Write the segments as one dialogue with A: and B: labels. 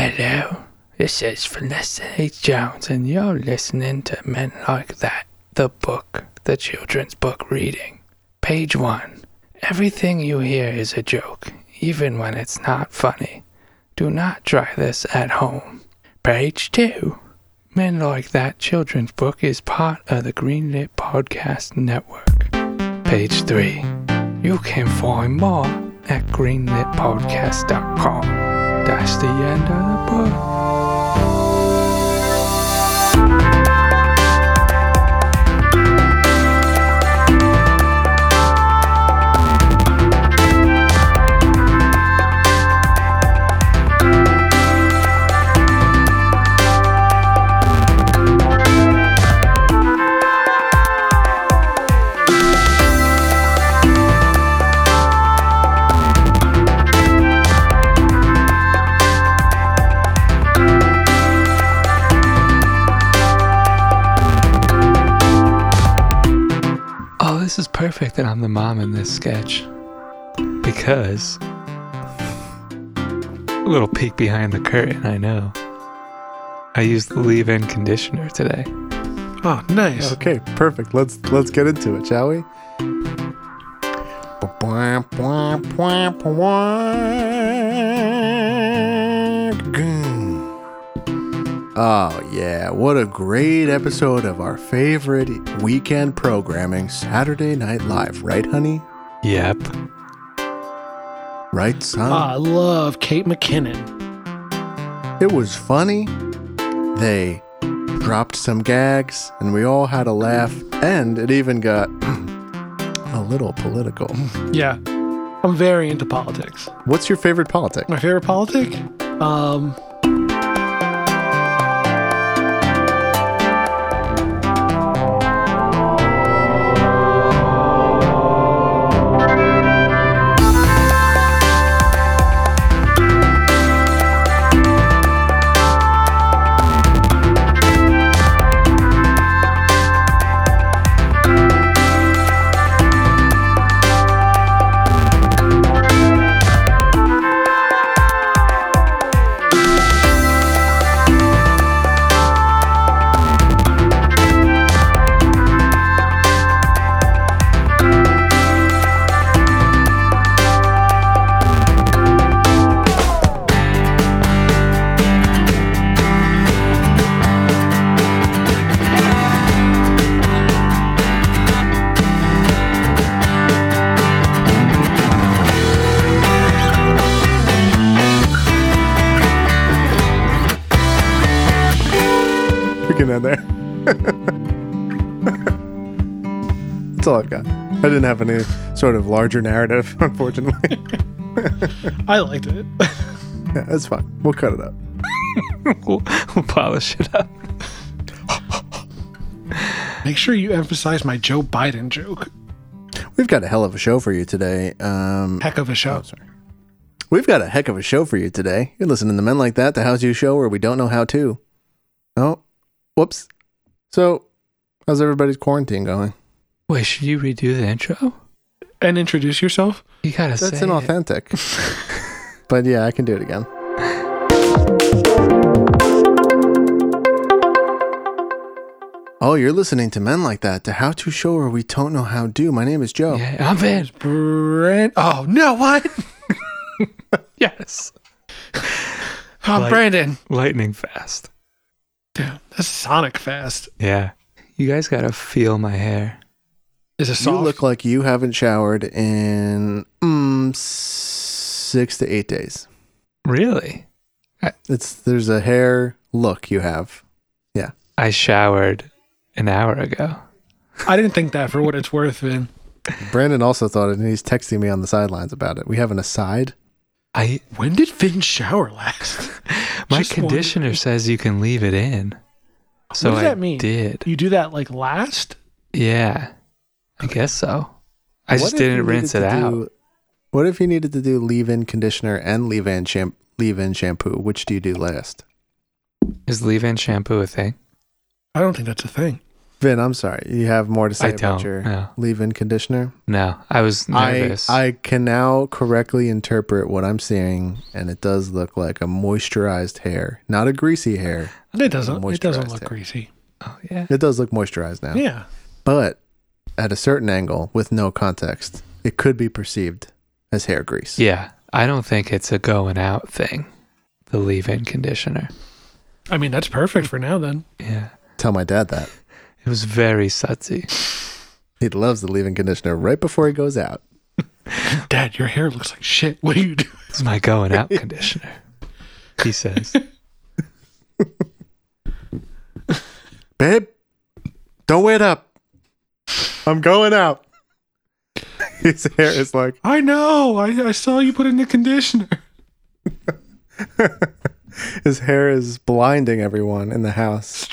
A: Hello, this is Vanessa H. Jones, and you're listening to Men Like That, the book, the children's book reading. Page 1. Everything you hear is a joke, even when it's not funny. Do not try this at home. Page 2. Men Like That children's book is part of the Greenlit Podcast Network. Page 3. You can find more at greenlitpodcast.com. That's the end of the book. Oh, this is perfect that I'm the mom in this sketch. Because. A little peek behind the curtain, I know. I used the leave in conditioner today.
B: Oh, nice.
C: Okay, perfect. Let's let's get into it, shall we? Oh yeah, what a great episode of our favorite weekend programming, Saturday Night Live, right, honey?
A: Yep.
C: Right, son?
B: I love Kate McKinnon.
C: It was funny. They dropped some gags, and we all had a laugh. And it even got a little political.
B: Yeah. I'm very into politics.
C: What's your favorite politic?
B: My favorite politic? Um
C: We can end there. That's all I've got. I didn't have any sort of larger narrative, unfortunately.
B: I liked it.
C: yeah, that's fine. We'll cut it up.
A: We'll, we'll polish it up.
B: Make sure you emphasize my Joe Biden joke.
C: We've got a hell of a show for you today. Um,
B: Heck of a show.
C: we've got a heck of a show for you today. You're listening to Men Like That, the How's You Show, where we don't know how to. Oh, whoops. So, how's everybody's quarantine going?
A: Wait, should you redo the intro?
B: and introduce yourself.
A: You gotta say.
C: That's
A: it.
C: inauthentic. but yeah, I can do it again. Oh, you're listening to Men Like That, the how to show where we don't know how to. My name is Joe.
A: Yeah, I'm in.
B: Brand. Oh no! What?
A: Yes.
B: Oh,
A: Like-
B: Brandon.
A: Lightning fast.
B: Damn, that's Sonic fast.
A: Yeah. You guys gotta feel my hair.
B: Is it
C: You
B: soft?
C: look like you haven't showered in mm, six to eight days.
A: Really?
C: It's There's a hair look you have.
A: I showered an hour ago.
B: I didn't think that for what it's worth, Vin.
C: Brandon also thought it, and he's texting me on the sidelines about it. We have an aside.
A: I
B: When did Vin shower last?
A: my
B: Just wondered-
A: conditioner says you can leave it in. So
B: does
A: I
B: that mean?
A: did.
B: You do that like last?
A: Yeah, I guess so. I
C: What
A: just
C: if you
A: didn't
C: needed
A: rinse it
C: to
A: out.
C: do- what if you needed to do leave-in conditioner and leave-in sham- leave-in shampoo? Which do you do last?
A: Is leave-in shampoo a thing?
B: I don't think that's a thing.
C: Vin, I'm sorry. You have more to say
A: I
C: about
A: don't,
C: your
A: yeah.
C: leave-in conditioner.
A: No, I was
C: I,
A: nervous.
C: I can now correctly interpret what I'm seeing, and it does look like a moisturized hair, not a greasy hair.
B: It doesn't. It doesn't
C: Moisturized
B: look
C: hair.
B: greasy.
A: oh, yeah.
C: It does look moisturized now,
B: Yeah.
C: but at a certain angle with no context, it could be perceived as hair grease.
A: Yeah. I don't think it's a going out thing, the leave in conditioner.
B: I mean, that's perfect for now. Then
A: Yeah.
C: Tell my dad that.
A: It was very sudsy.
C: He loves the leave-in conditioner right before he goes out.
B: Dad, your hair looks like shit. What do you do?
A: It's my going out conditioner, he says.
C: Babe, don't wait up. I'm going out. His hair is like
B: I know. I, I saw you put in the conditioner.
C: his hair is blinding everyone in the house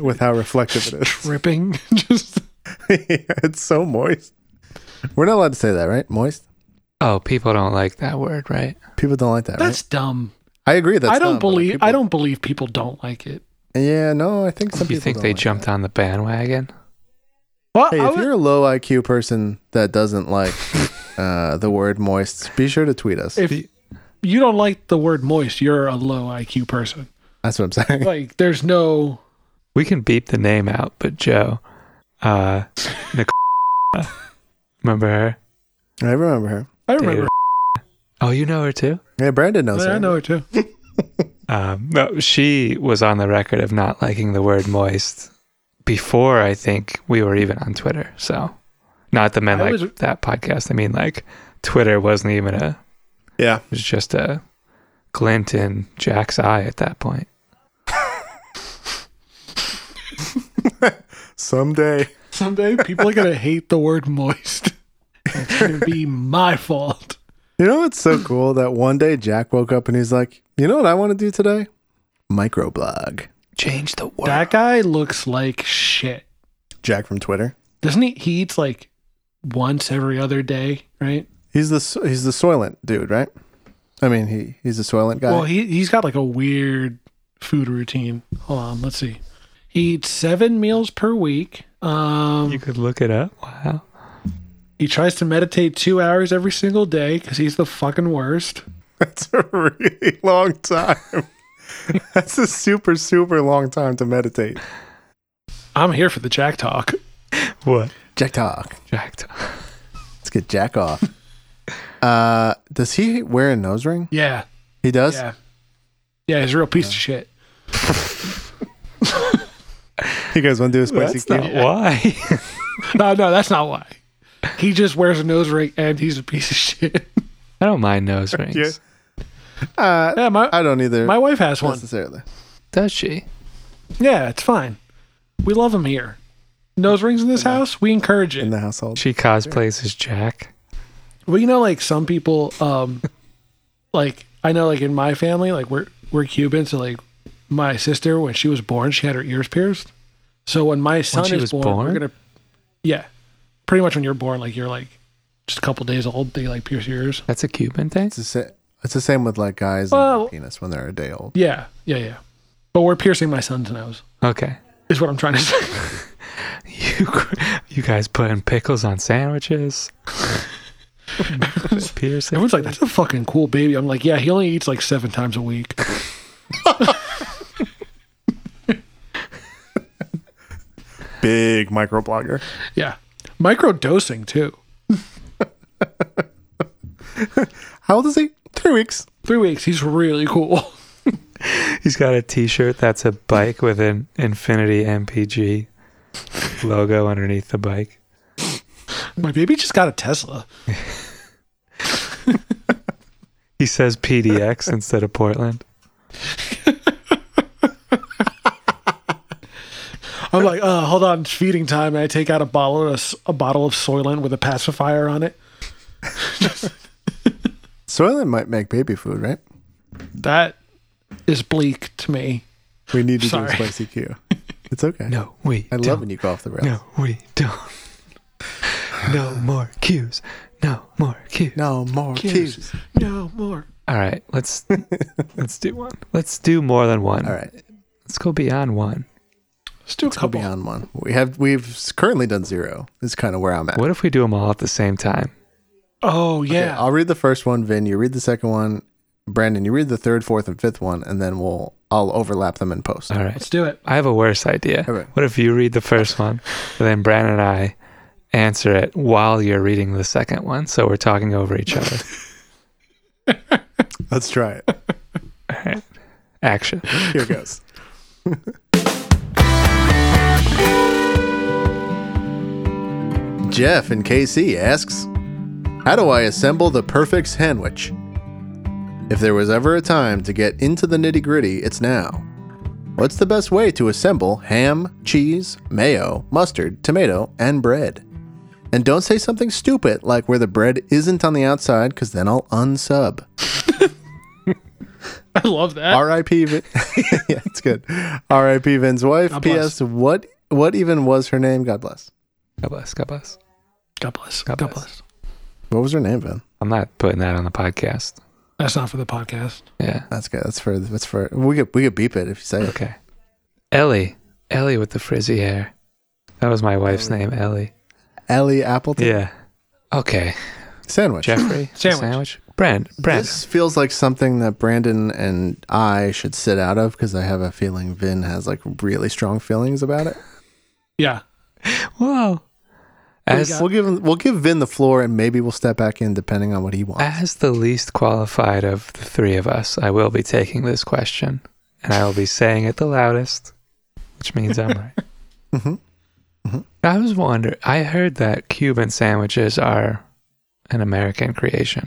C: with how reflective it is.
B: Ripping. Just
C: it's so moist. We're not allowed to say that, right? Moist.
A: Oh, people don't like that word, right?
C: People don't like that.
B: that's dumb.
C: right? I agree. That's
B: I don't
C: dumb, but
B: believe.
C: people-
B: I don't believe people don't like it.
C: Yeah, no. I think some
A: you
C: people
A: think
C: don't
A: they
C: like
A: jumped on the bandwagon?
B: Well,
C: that. Hey,
B: I
C: if
B: would-
C: you're a low IQ person that doesn't like uh, the word moist, be sure to tweet us.
B: if you don't like the word moist, you're a low IQ person.
C: That's what I'm saying.
B: Like, there's no.
A: We can beep the name out, but Joe, uh, Nicole, remember her?
C: I remember her.
B: I remember.
A: Dude. Oh, you know her too?
C: Yeah, Brandon knows her.
B: I know it too.
A: Um, no, she was on the record of not liking the word moist before I think we were even on Twitter. So, not the men
B: I
A: like
B: was-
A: that podcast. I mean, like Twitter wasn't even a
C: Yeah.
A: it was just a glint in Jack's eye at that point.
C: Someday.
B: Someday people are gonna hate the word moist. It's gonna be my fault.
C: You know what's so cool? That one day Jack woke up and he's like, you know what I want to do today? Microblog.
A: Change the word.
B: That guy looks like shit.
C: Jack from Twitter.
B: Doesn't he? He eats like once every other day, right?
C: He's the so- he's the Soylent dude, right? I mean, he he's a Soylent guy.
B: Well, he he's got like a weird food routine. Hold on, let's see. He eats seven meals per week. Um,
A: you could look it up. Wow.
B: he tries to meditate two hours every single day because he's the fucking worst.
C: That's a really long time. That's a super super long time to meditate.
B: I'm here for the Jack talk.
A: What?
C: Jack talk.
A: Jack. T-
C: Let's get Jack off. Uh, does he wear a nose ring?
B: Yeah,
C: He does.
B: yeah, yeah. He's a real piece of shit.
C: You guys want to do a spicy
A: That's not
C: Q?
A: why.
B: No, no, that's not why. He just wears a nose ring and he's a piece of shit.
A: I don't mind nose rings.
C: Yeah. Uh,
B: Yeah, my
C: I don't either.
B: my wife has one.
C: necessarily.
A: Does she?
B: Yeah, it's fine. We love him here. Nose rings in this house, we encourage
C: In
B: it.
C: the household.
A: She cosplays as Jack.
B: Well, you know, like some people, um, like I know, like in my family, like we're we're Cuban, so like my sister when she was born, she had her ears pierced. So when my son
A: she
B: is
A: was
B: born,
A: born?
B: we're gonna, yeah, pretty much when you're born, like you're like just a couple days old, they like pierce your ears.
A: That's a Cuban thing.
C: It's the, sa- it's the same with like guys and
B: Well-
C: their penis when they're a day old.
B: Yeah, yeah, yeah. But we're piercing my son's nose.
A: Okay.
B: Is what I'm trying to say.
A: You you guys putting pickles on sandwiches? Piercing.
B: Everyone's like, that's a fucking cool baby. I'm like, yeah, he only eats like seven times a week.
C: Big microblogger.
B: Yeah. Micro dosing too.
C: How old is he? Three weeks.
B: Three weeks. He's really cool.
A: He's got a T-shirt that's a bike with an Infinity MPG logo underneath the bike.
B: My baby just got a Tesla.
A: He says PDX instead of Portland.
B: I'm like, uh, hold on, it's feeding time. And I take out a bottle of s- a bottle of Soylent with a pacifier on it.
C: Soylent might make baby food, right?
B: That is bleak to me.
C: We need to do
B: Sorry.
C: a spicy Q. It's okay.
A: No, we.
C: I love
A: don't.
C: when you go off the rails.
A: No, we don't. No more cues. No more cues.
C: No more
B: Qs.
C: cues.
B: No more.
A: All right, let's let's do one. Let's do more than one.
C: All right.
A: Let's go beyond one.
B: Let's do a
C: Go
B: couple.
C: beyond one. We have we've currently done zero. Is kind of where I'm at.
A: What if we do them all at the same time?
B: Oh
C: Okay,
B: yeah.
C: I'll read the first one, Vin. You read the second one, Brandon. You read the third, fourth, and fifth one, and then we'll I'll overlap them in post.
A: All right.
B: Let's do it.
A: I have a worse idea.
C: Okay.
A: What if you read the first one, and then Brandon and I answer it while you're reading the second one, so we're talking over each other?
C: Let's try it.
A: All right. Action.
C: Here goes. Jeff in KC asks, How do I assemble the perfect sandwich? If there was ever a time to get into the nitty gritty, it's now. What's the best way to assemble ham, cheese, mayo, mustard, tomato, and bread? And don't say something stupid like where the bread isn't on the outside, because then I'll unsub.
B: I love that.
C: R.I.P. Vin- yeah, it's good. R.I.P. Vin's wife.
B: God bless.
C: P.S. What what even was her name? God bless.
A: God bless. God bless.
B: God bless.
A: God
B: God,
A: bless.
B: bless.
C: What was her name, Vin?
A: I'm not putting that on the podcast.
B: That's not for the podcast.
A: Yeah.
C: That's good. That's for that's for we could we could beep it if you say it.
A: Okay. Ellie. Ellie with the frizzy hair. That was my wife's name, Ellie.
C: Ellie Appleton
A: Yeah. Okay.
C: sandwich.
A: Jeffrey.
B: Sandwich.
A: Sandwich. Brand. Brand.
C: This feels like something that Brandon and I should sit out of because I have a feeling Vin has like really strong feelings about it.
B: Yeah.
A: Whoa. As
C: we'll give him, we'll give Vin the floor and maybe we'll step back in depending on what he wants.
A: As the least qualified of the three of us, I will be taking this question, and I will be saying it the loudest, which means I'm right.
C: Mhm. Mhm.
A: I was wondering. I heard that Cuban sandwiches are an American creation.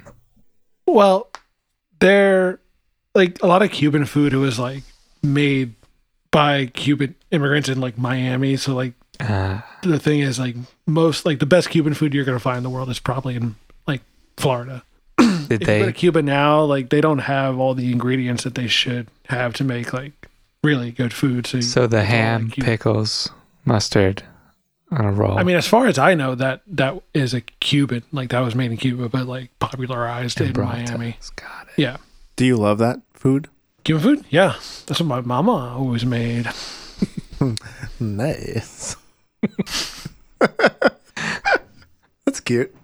B: Well, they're like a lot of Cuban food was like made by Cuban immigrants in like Miami. So like
A: Uh,
B: the thing is like most like the best Cuban food you're gonna find in the world is probably in like Florida.
A: did
B: If you go to
A: they?
B: Cuba now, like they don't have all the ingredients that they should have to make like really good food. So,
A: So the ham,
B: Cuban.
A: pickles, mustard on a roll.
B: I mean, as far as I know, that that is a Cuban. Like that was made in Cuba, but like popularized
A: and
B: in
A: brought to
B: Miami.
A: us. Got it.
B: Yeah.
C: Do you love that food?
B: Cuban food? Yeah. That's what my mama always made.
C: Nice. that's cute.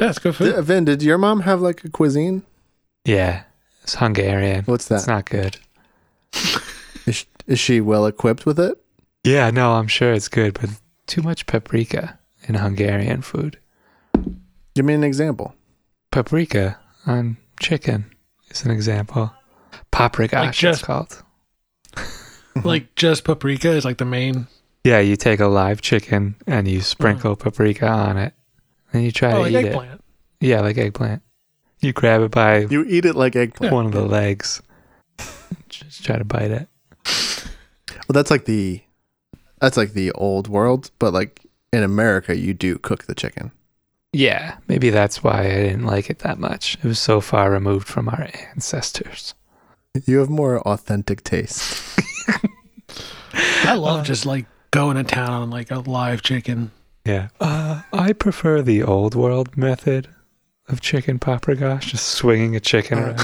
B: Yeah, it's good food.
C: Did, Vin, did your mom have like a cuisine?
A: Yeah, it's Hungarian.
C: What's
A: That's
C: that?
A: not good.
C: Is, is she well equipped with it?
A: Yeah, no, I'm sure it's good, but too much paprika in Hungarian food.
C: Give me an example.
A: paprika on chicken is an example. Paprikash,
B: Like just-
A: it's called.
B: like just paprika is like the main.
A: Yeah, you take a live chicken and you sprinkle paprika on it, and you try
B: Mm. Oh,
A: to
B: like
A: eat
B: eggplant.
A: it. Yeah, like eggplant. You grab it by
C: You eat it like eggplant.
A: one of the legs, just try to bite it.
C: Well, that's like the that's like the old world, but like in America, you do cook the chicken.
A: Yeah, maybe that's why I didn't like it that much. It was so far removed from our ancestors.
C: You have more authentic taste.
B: I love just like going to town on like a live chicken.
A: Yeah, uh, I prefer the old world method of chicken paprikash, just swinging a chicken around.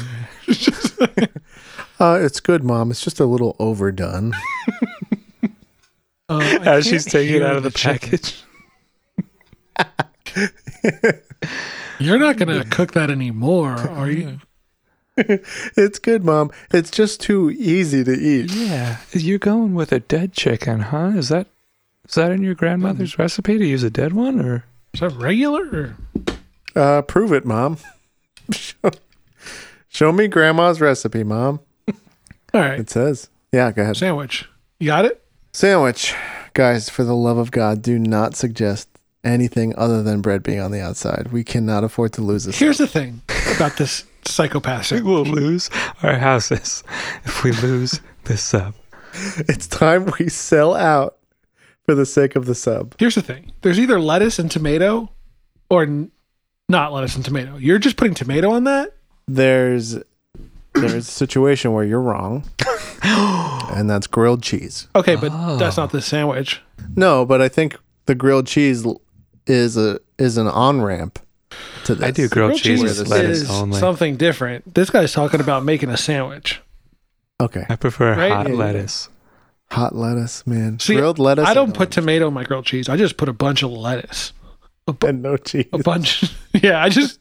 C: Uh, it's good, mom. It's just a little overdone.
B: Uh, I
A: as she's
B: can't
A: taking it
B: hear
A: out of the,
B: chicken.
A: package.
B: You're not
A: Mm-hmm.
B: gonna cook that anymore, are you?
C: it's good, mom. It's just too easy to eat.
A: Yeah, you're going with a dead chicken, huh? Is that is that in your grandmother's
B: Um,
A: recipe to use a dead one, or
B: Is that regular? Or?
C: Uh, prove it, mom. show, show me grandma's recipe, mom.
B: All right,
C: It says. Yeah, go ahead.
B: sandwich. You got it.
C: Sandwich. Guys, for the love of God, do not suggest anything other than bread being on the outside. We cannot afford to lose this.
B: Here's the thing about this psychopath.
A: we
B: sandwich.
A: will lose our houses if we lose this sub?
C: It's time we sell out for the sake of the sub.
B: Here's the thing. There's either lettuce and tomato, or n- not lettuce and tomato. You're just putting tomato on that.
C: There's there's a situation where you're wrong. and that's grilled cheese.
B: Okay, but
A: Oh.
B: that's not the sandwich.
C: No, but I think the grilled cheese l- is a is an on-ramp to this.
A: I do grilled,
B: Grilled
A: cheese
B: cheese
A: with lettuce
B: is
A: only.
B: something different. This guy's talking about making a sandwich.
C: Okay.
A: I prefer
B: Right?
A: hot
C: Yeah, yeah.
A: lettuce.
C: Hot lettuce, man.
B: See,
C: Grilled lettuce.
B: I
C: and
B: don't put tomato in my grilled cheese. I just put a bunch of lettuce.
C: and no cheese.
B: A bunch. yeah, I just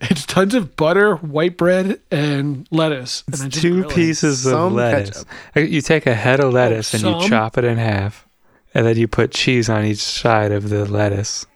B: it's tons of butter, white bread, and lettuce. And I just
A: Two
B: grill it.
A: pieces of
C: Some
A: lettuce. Uh, You take a
C: Oh,
A: head of lettuce and you
B: some?
A: chop it in half, and then you put cheese on each side of the lettuce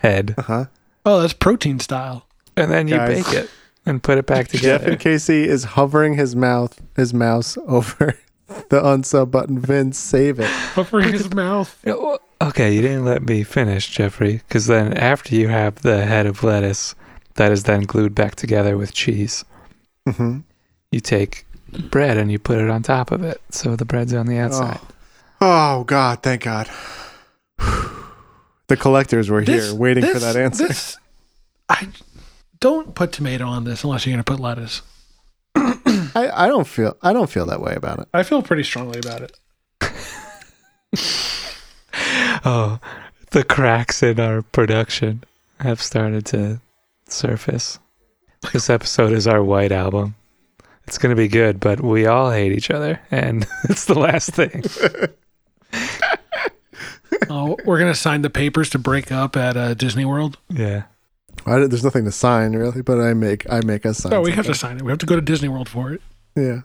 A: head,
C: Uh huh.
B: Oh, that's protein style.
A: and then you
C: Guys.
A: bake it and put it back
C: Jeff
A: together.
C: and Casey is hovering his mouth, his mouse over the unsub button. Vince, save it.
B: Covering his mouth.
A: Yeah, well, Okay, you didn't let me finish, Jeffrey, because then after you have the head of lettuce that is then glued back together with cheese,
C: Mm-hmm.
A: you take bread and you put it on top of it. So the bread's on the outside.
C: Oh God! Thank God. the collectors were here,
B: This-
C: waiting for
B: this-
C: that answer.
B: This, I don't put tomato on this unless you're going to put lettuce.
C: I, I don't feel I don't feel that way about it.
B: I feel pretty strongly about it.
A: Oh. the cracks in our production have started to surface. This episode is our white album. It's going to be good, but we all hate each other, and it's the last thing.
B: Oh, we're going to sign the papers to break up at uh, Disney World.
A: Yeah.
C: I don't- there's nothing to sign really, but I make I make us sign.
B: No, we have to sign it. We have to go to Disney World for it.
C: Yeah.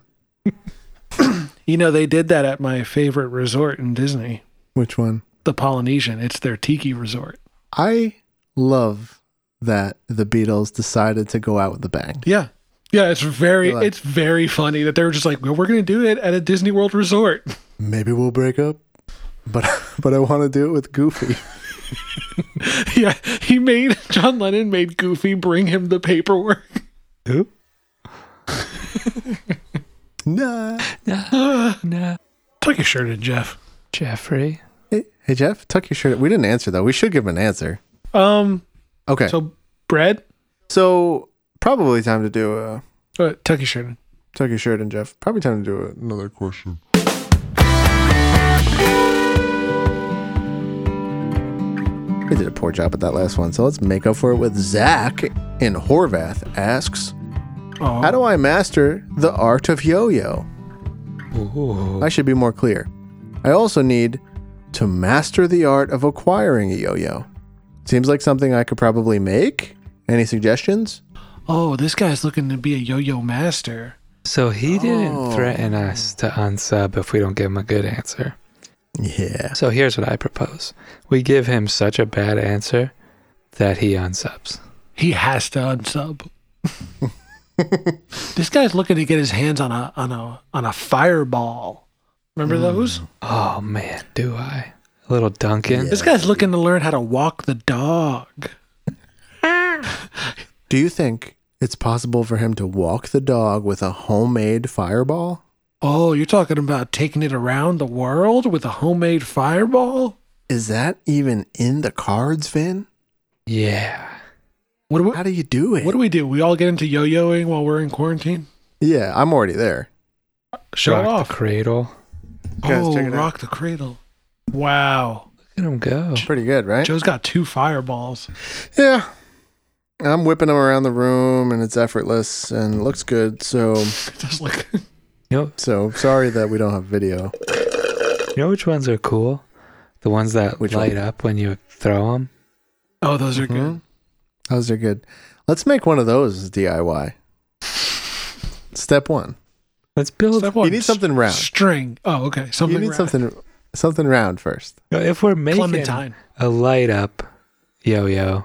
B: You know, they did that at my favorite resort in Disney,
C: Which one?
B: the Polynesian. It's their tiki resort.
C: I love that the Beatles decided to go out with a bang.
B: Yeah. Yeah, it's very
C: You're like-
B: it's very funny that they were just like, well, we're gonna do it at a Disney World resort.
C: Maybe we'll break up, but but I want to do it with Goofy.
B: yeah, he made John Lennon made Goofy bring him the paperwork.
A: Who?
C: nah.
A: No.
B: Tuck your shirt in, Jeff.
A: Jeffrey.
C: Hey, hey Jeff, tuck your shirt. We didn't answer though. We should give an answer.
B: Um,
C: Okay. So,
B: so bread,
C: probably time to do uh
B: uh, tuck your shirt in.
C: tuck your shirt in, Jeff. Probably time to do another question. We did a poor job at that last one, so let's make up for it with Zach in Horvath asks,
B: Oh,
C: How do I master the art of yo yo?
A: Ooh.
C: I should be more clear. I also need to master the art of acquiring a yo yo. Seems like something I could probably make. Any suggestions?
B: oh, this guy's looking to be a yo-yo master.
A: So he didn't
C: Oh.
A: threaten us to unsub if we don't give him a good answer.
C: Yeah.
A: So here's what I propose we give him such a bad answer that he unsubs.
B: He has to unsub. this guy's looking to get his hands on a on a on a fireball. Remember
C: Mm.
B: those?
A: Oh, man, do I? Little Duncan.
B: This guy's looking to learn how to walk the dog.
C: Do you think it's possible for him to walk the dog with a homemade fireball?
B: Oh, you're talking about taking it around the world with a homemade fireball?
C: Is that even in the cards, Vin?
A: Yeah.
B: What do we,
C: How do you do it?
B: what do we do? We all get into yo-yoing while we're in quarantine?
C: yeah, I'm already there.
B: Show
A: Rock
B: it
A: the
B: off.
A: cradle.
C: Guys,
B: oh,
C: check it out.
B: rock the cradle. Wow.
A: Look at him go.
C: Pretty good, right?
B: Joe's got two fireballs.
C: Yeah. I'm whipping him around the room and it's effortless and it looks good. So,
B: Just like
C: so sorry that we don't have video.
A: You know which ones are cool? The ones that
C: Which
A: light
C: one?
A: up when you throw them.
B: Oh, those are
C: Mhm.
B: good.
C: Those are good. Let's make one of those as DIY. Step one.
A: Let's build.
B: Step one,
C: Mm-hmm. you need something round.
B: String. Oh, okay. Something
C: you need
B: round.
C: something something round first.
A: If we're making
B: Clementine.
A: a light up yo-yo,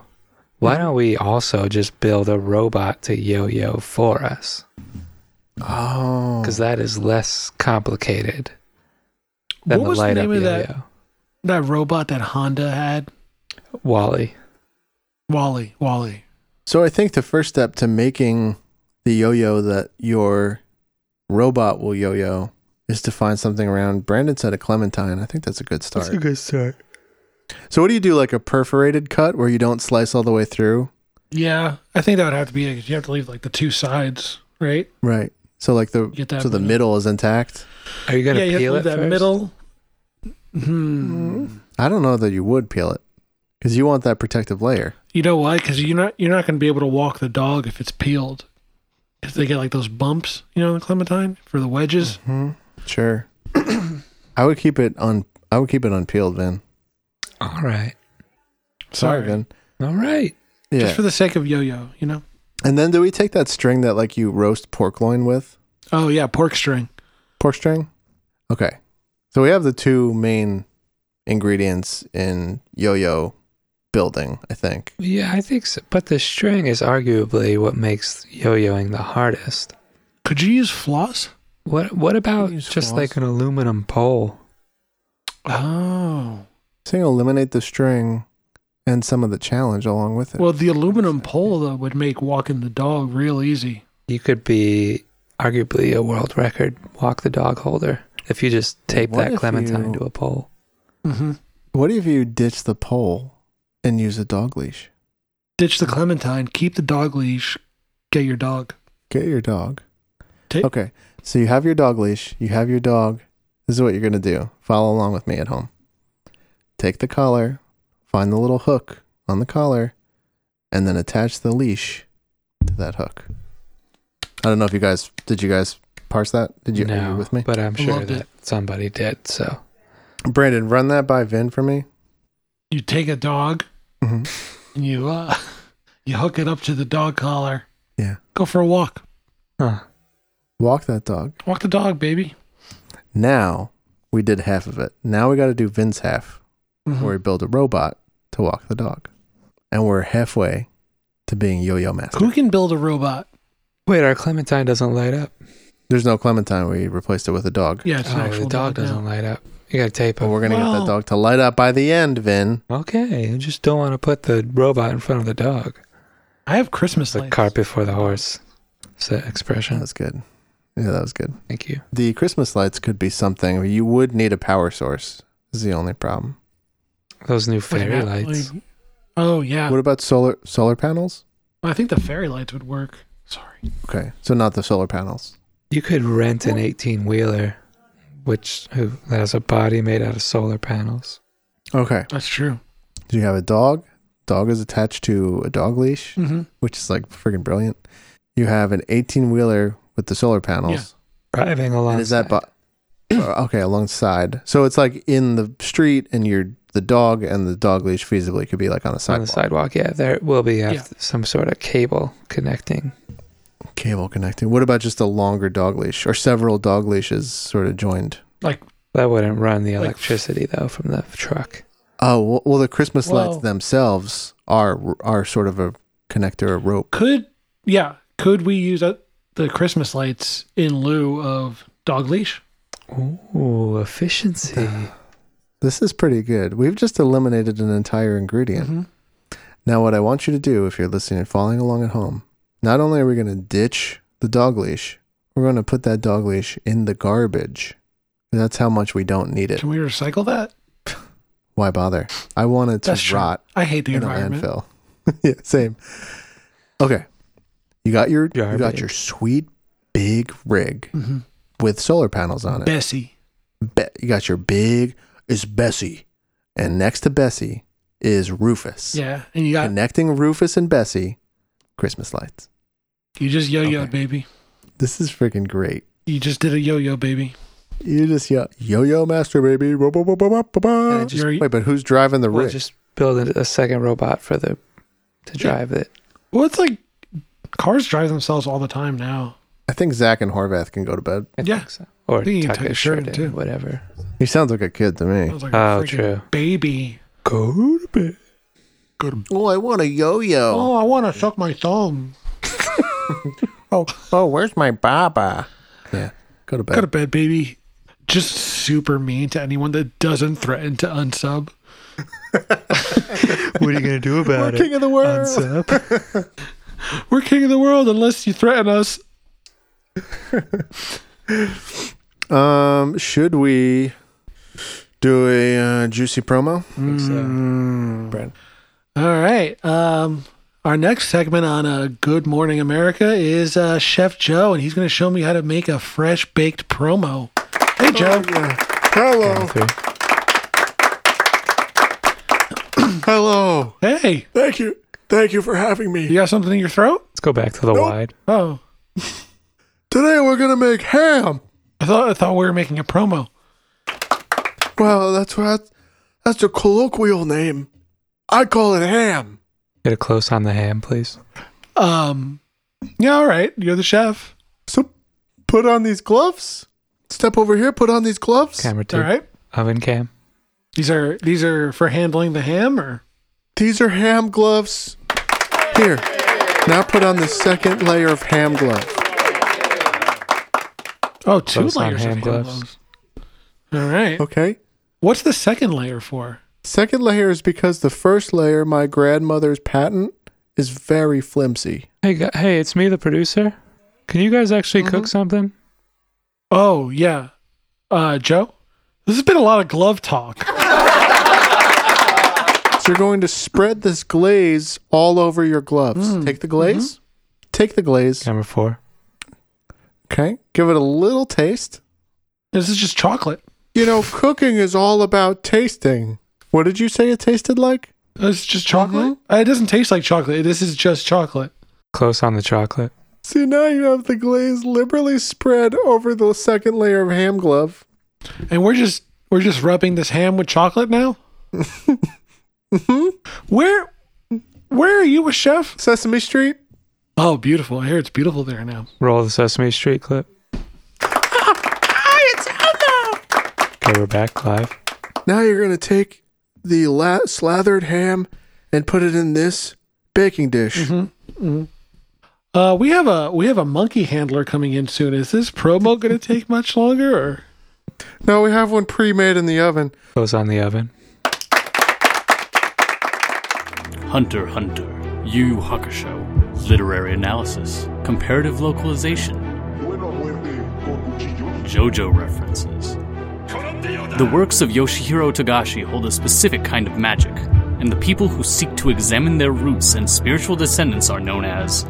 A: why don't we also just build a robot to yo-yo for us?
C: Oh.
A: Because that is less complicated than
B: What
A: the
B: was the
A: light
B: name
A: up
B: of
A: yo-yo.
B: that- That robot that Honda had.
A: Wally.
C: Hmm?
B: Hmm.
C: I would keep it on. I would keep it unpeeled, Vin.
A: All right.
B: Sorry.
C: Vin.
A: All right.
C: Yeah.
B: Just for the sake of yo-yo, you know.
C: and then do we take that string that like you roast pork loin with?
B: Oh yeah, pork string.
C: Pork string. Okay. So we have the two main ingredients in yo-yo building. I think.
A: Yeah, I think so. But the string is arguably what makes yo-yoing the hardest.
B: Could you use floss?
A: What What about
C: Use
A: just
C: floss.
A: like an aluminum pole?
B: Oh.
C: So you eliminate the string and some of the challenge along with it.
B: Well, the aluminum pole though would make walking the dog real easy.
A: You could be arguably a world record walk the dog holder if you just tape
C: What
A: that
C: if
A: clementine
C: you-
A: to a pole.
B: Mm-hmm.
C: what if you ditch the pole and use a dog leash?
B: Ditch the clementine. Keep the dog leash. Get your dog.
C: Get your dog.
B: Take-
C: okay. So you have your dog leash, you have your dog. This is what you're going to do. Follow along with me at home. Take the collar, find the little hook on the collar, and then attach the leash to that hook. I don't know if you guys did you guys parse that? Did you, are you
A: No,
C: with me?
A: But I'm sure
B: Loved
A: that somebody did. So
C: Brandon, run that by Vin for me.
B: You take a dog
C: Mm-hmm.
B: and you uh, you hook it up to the dog collar.
C: Yeah.
B: Go for a walk.
A: huh.
C: Walk that dog.
B: Walk the dog, baby.
C: Now we did half of it. Now we got to do Vin's half,
B: Mhm.
C: where we build a robot to walk the dog, and we're halfway to being yo-yo master.
B: Who can build a robot?
A: Wait, our clementine doesn't light up.
C: There's no Clementine. We replaced it with a dog.
B: Yeah, it's an
A: oh,
B: actual
A: the dog doesn't
B: now.
A: light up. You gotta tape
C: But
A: him.
C: we're gonna get
B: Well-
C: that dog to light up by the end, Vin.
A: Okay, I just don't want to put the robot in front of the dog.
B: I have Christmas
A: The
B: lights.
A: cart before the horse. Is that
C: That
A: expression?
C: was good. Yeah, that was good.
A: Thank you.
C: The Christmas lights could be something. You would need a power source. Is the only problem.
A: Those new
B: Like
A: fairy
B: that,
A: lights.
B: like- oh yeah.
C: What about solar solar panels?
B: I think the fairy lights would work. Sorry.
C: Okay, so not the solar panels.
A: You could rent an 18 wheeler, which who that has a body made out of solar panels.
C: Okay,
B: That's true.
C: so you have a dog. Dog is attached to a dog leash.
B: Mm-hmm.
C: which is like freaking brilliant. You have an 18 wheeler with the solar panels.
A: Driving along.
C: And is that bo- Uh, okay alongside? So it's like in the street, and your the dog and the dog leash feasibly could be like on the
A: on
C: sidewalk.
A: the sidewalk? Yeah, there will be a-
B: Yeah.
A: some sort of cable connecting.
C: Cable connecting. What about just a longer dog leash or several dog leashes sort of joined?
B: Like
A: That wouldn't run the
B: Like-
A: electricity though from the truck.
C: Oh well, well the Christmas lights
B: Well-
C: themselves are are sort of a connector, a rope.
B: could yeah could we use uh, the christmas lights in lieu of dog leash
A: Ooh, efficiency.
C: This is pretty good. We've just eliminated an entire ingredient.
B: Mm-hmm.
C: Now, what I want you to do, if you're listening and following along at home, not only are we going to ditch the dog leash, we're going to put that dog leash in the garbage. And that's how much we don't need it.
B: can we recycle that
C: Why bother? I want it to
B: That's true.
C: rot
B: i hate the
C: in a
B: environment
C: landfill. yeah, same. Okay, you got your you got
A: Garbage.
C: your sweet big rig
B: Mhm.
C: with solar panels on it.
B: bessie
C: Be- you got your big is Bessie, and next to Bessie is Rufus.
B: yeah and you got
C: Connecting Rufus and Bessie, Christmas lights.
B: you just yo-yo
C: Okay.
B: baby
C: This is freaking great.
B: you just did a yo-yo baby
C: You just yell, yo yo master baby. Whoa, whoa, whoa, whoa, whoa, whoa, whoa."
A: And it
B: just- You're-
C: Wait, but who's driving the
A: We'll
C: rig?
A: just build a a second robot for the to drive it.
B: well it's like cars drive themselves all the time now
C: I think Zach and Horvath can go to bed.
A: I
B: Yeah.
A: think so. Or
B: think you can
A: tuck
B: take
A: his
B: a shirt
A: shirt
B: in,
A: in,
B: too.
A: whatever.
C: He sounds like a kid to
B: I
C: me.
B: was like
A: Oh,
B: oh,
A: true.
B: true. baby
A: Go to bed.
C: Oh, I want a yo yo.
B: oh i want to suck my thumb
C: Oh, oh, where's my baba? Yeah, go to bed.
B: go to bed baby just super mean to anyone that doesn't threaten to unsub
A: What are you gonna do about
C: King of the world.
B: we're king of the world unless you threaten us
C: Um, should we do a uh, juicy promo?
A: Oh,
B: Mm.
C: Brad.
B: All right. Um, our next segment on uh, Good Morning America is uh, Chef Joe, and he's going to show me how to make a fresh baked promo. Hey, Joe.
C: Hello. Hello.
B: Hey,
C: Thank you. Thank you for having me.
B: you got something in your throat?
A: Let's go back to the wide.
B: Oh,
C: Today we're going to make ham.
B: I thought I thought we were making a promo.
C: Well, that's what that's a colloquial name. I call it ham.
A: Get a close on the ham, please.
B: Um, yeah, all right. You're the chef.
C: So put on these gloves. Step over here, put on these gloves.
A: Camera two.
B: All right.
A: Oven cam.
B: These are these are for handling the ham, or
C: These are ham gloves. Here. Now put on the second layer of ham glove.
B: oh, two
A: Close on hand
B: layers of ham gloves.
A: gloves.
B: All right.
C: Okay?
B: What's the second layer for?
C: Second layer is because the first layer, my grandmother's patent, is very flimsy.
A: Hey, gu- hey, it's me, the producer. Can you guys actually cook something?
B: Oh yeah, uh, Joe. This has been a lot of glove talk.
C: So you're going to spread this glaze all over your gloves. Take the glaze. Take the glaze.
A: Camera four.
C: Okay. Give it a little taste.
B: This is just chocolate.
C: You know, cooking is all about tasting. What did you say it tasted like?
B: This is just chocolate. Uh, It doesn't taste like chocolate. This is just chocolate.
A: Close on the chocolate.
C: So now you have the glaze liberally spread over the second layer of ham glove.
B: And we're just we're just rubbing this ham with chocolate now. Where where are you a chef?
C: Sesame Street?
B: Oh, beautiful. I hear it's beautiful there now.
A: Roll the Sesame Street clip. Okay, we're back live.
C: Now you're going to take the la- slathered ham and put it in this baking dish.
B: Uh, we have a we have a monkey handler coming in soon. Is this promo going to take much longer? Or?
C: Now we have one pre made in the oven.
A: Close on the oven.
D: Hunter x Hunter, Yu Yu Hakusho, Literary Analysis, Comparative Localization, JoJo References. The works of Yoshihiro Togashi hold a specific kind of magic, and the people who seek to examine their roots and spiritual descendants are known as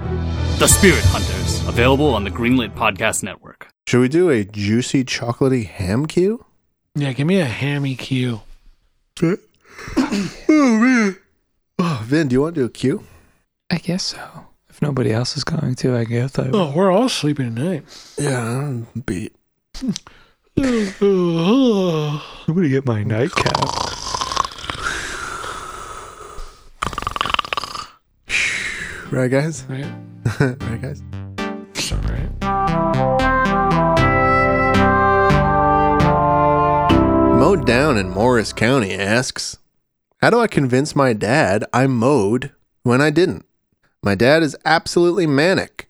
D: the Spirit Hunters, available on the Greenlit Podcast Network.
C: Should we do a juicy chocolatey ham cue?
B: Yeah, give me a hammy cue.
C: Oh, Vin, do you want to do a cue?
A: I guess so. If nobody else is going to, I guess I
B: Oh, we're all sleeping tonight.
C: Yeah, I'm beat.
A: I'm gonna get my nightcap.
C: Right, guys?
B: Right.
C: right, guys?
B: All right.
C: Mowed Down in Morris County asks, How do I convince my dad I mowed when I didn't? My dad is absolutely manic.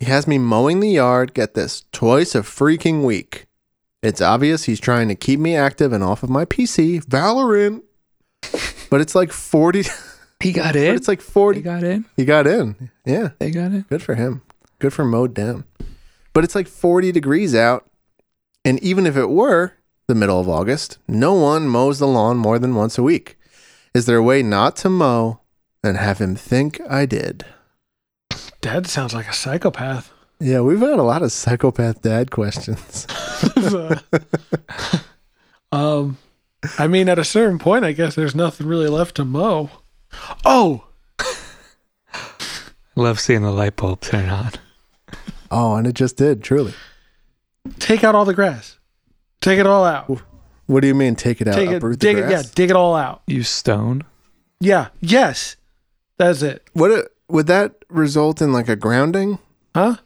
C: He has me mowing the yard, get this, twice a freaking week. It's obvious he's trying to keep me active and off of my PC, Valorant. But it's like 40.
A: He got
C: But
A: in.
C: it's like
A: He
C: 40.
A: got in.
C: He got in. Yeah.
A: They got it.
C: Good for him. Good for mowed down. But it's like 40 degrees out. And even if it were the middle of August, no one mows the lawn more than once a week. Is there a way not to mow and have him think I did?
B: Dad sounds like a psychopath.
C: Yeah, we've had a lot of psychopath dad questions.
B: um, I mean, at a certain point, I guess there's nothing really left to mow. Oh,
A: Love seeing the light bulb turn on.
C: Oh, and it just did, truly.
B: take out all the grass. Take it all out.
C: What do you mean take it out?
B: Take it,
C: uproot the
B: dig it, yeah,
C: grass?
B: dig it all out.
A: You stone.
B: Yeah, yes, that's it.
C: What a, would that result in like a grounding?
B: Huh?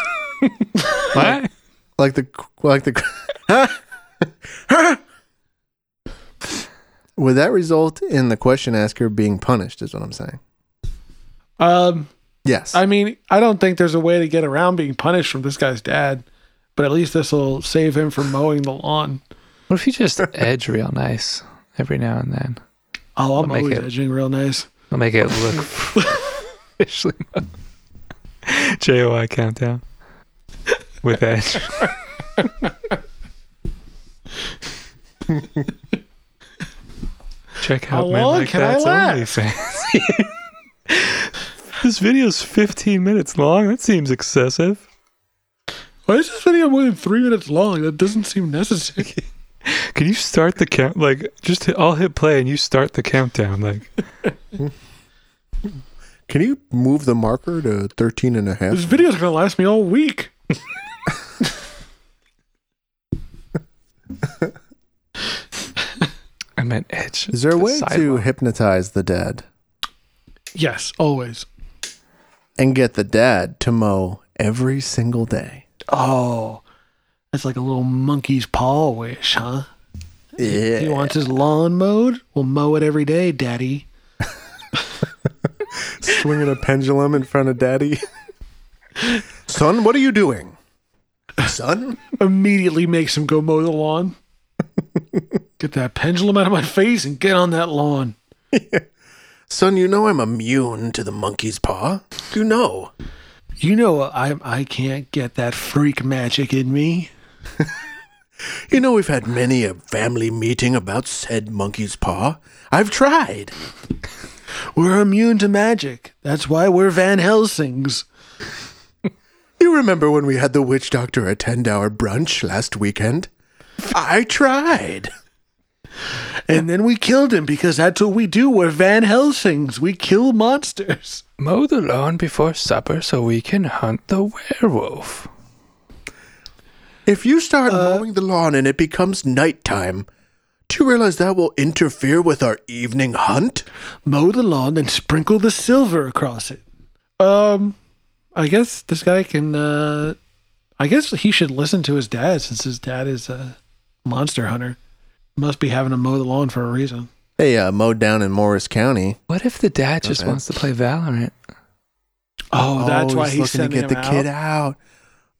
A: What?
C: Like the like the Would that result in the question asker being punished is what I'm saying.
B: Um,
C: Yes.
B: I mean, I don't think there's a way to get around being punished from this guy's dad, but at least this will save him from mowing the lawn.
A: What if you just edge real nice every now and then?
B: Oh,
A: I'll
B: I'm
A: make
B: always
A: it.
B: edging real nice.
A: I'll make it look officially. JOI countdown with edge. Check
B: How
A: out man
B: long
A: like
B: can I
A: that's
B: last?
A: OnlyFans. this video's 15 minutes long. That seems excessive.
B: Why is this video more than three minutes long? That doesn't seem necessary.
A: Can you start the count? Like, just hit, I'll hit play and you start the countdown. Like,
C: Can you move the marker to 13 and a half?
B: This video's gonna last me all week.
A: meant edge.
C: Is there a
A: The
C: way to
A: sidewalk.
C: hypnotize the dead
B: Yes, always.
C: and get the dead to mow every single day?
B: Oh, that's like a little monkey's paw wish, huh?
C: Yeah.
B: He wants his lawn mowed. We'll mow it every day, Daddy.
C: swinging a pendulum in front of daddy. Son, what are you doing? Son?
B: Immediately makes him go mow the lawn. get that pendulum out of my face and get on that lawn.
C: Son, you know I'm immune to the monkey's paw. You know.
B: You know I I can't get that freak magic in me.
C: You know we've had many a family meeting about said monkey's paw. I've tried.
B: We're immune to magic. That's why we're Van Helsings.
C: You remember when we had the witch doctor attend our brunch last weekend? I tried.
B: And then we killed him because that's what we do. We're Van Helsings. We kill monsters.
E: Mow the lawn before supper so we can hunt the werewolf.
C: If you start
B: Uh.
C: mowing the lawn and it becomes nighttime, do you realize that will interfere with our evening hunt?
B: mow the lawn and sprinkle the silver across it. Um, I guess this guy can. Uh, I guess he should listen to his dad since his dad is a monster hunter. Must be having to mow the lawn for a reason.
C: They uh, mowed down in Morris County.
E: What if the dad just
C: Okay.
E: wants to play Valorant?
B: Oh, that's why he's,
C: looking
B: sending
C: to get the kid out.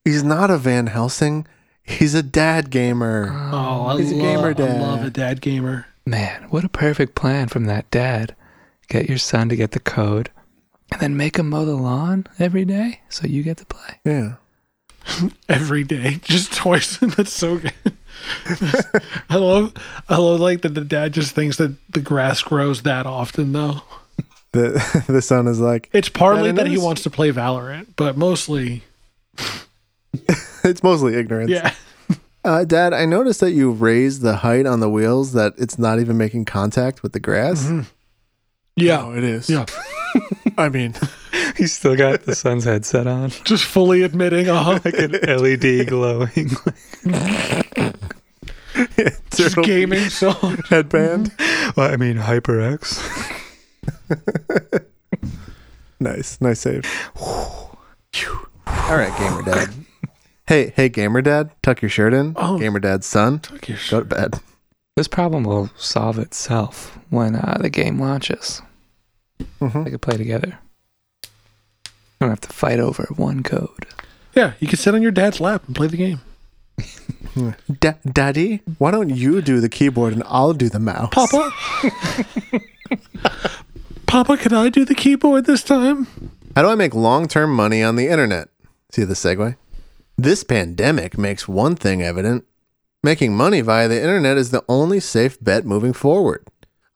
C: He's not a Van Helsing. He's a dad gamer.
B: Oh, I
C: He's a
B: love,
C: gamer dad.
B: I love a dad gamer.
E: Man, what a perfect plan from that dad. Get your son to get the code and then make him mow the lawn every day so you get to play.
C: Yeah.
B: every day, just twice. That's so good. I love, I love like that. The dad just thinks that the grass grows that often, though.
C: The the son is like,
B: It's partly
C: That
B: that he
C: is-
B: wants to play Valorant, but mostly,
C: it's mostly ignorance.
B: yeah.
C: Uh, dad, I noticed that you raised the height on the wheels that it's not even making contact with the grass.
B: Yeah.
C: Mm-hmm. it is.
B: Yeah.
C: I mean,
A: He's still got the sun's headset on,
B: Just fully admitting, uh huh.
A: like an
E: E
A: LED glowing.
B: Just gaming. So
C: headband.
A: well, I mean, HyperX.
B: Mm-hmm.
C: nice, nice save. All right, gamer dad. hey, hey, gamer dad, tuck your shirt in.
B: Oh.
C: Gamer dad's son, go to bed.
E: This problem will solve itself when uh, the game launches.
C: Mhm.
E: They can play together. You don't have to fight over one code.
B: yeah, you can sit on your dad's lap and play the game.
C: Da- Daddy, why don't you do the keyboard and I'll do the mouse?
B: Papa. Papa, can I do the keyboard this time?
C: How do I make long term money on the internet? See the segue? This pandemic makes one thing evident making money via the internet is the only safe bet moving forward.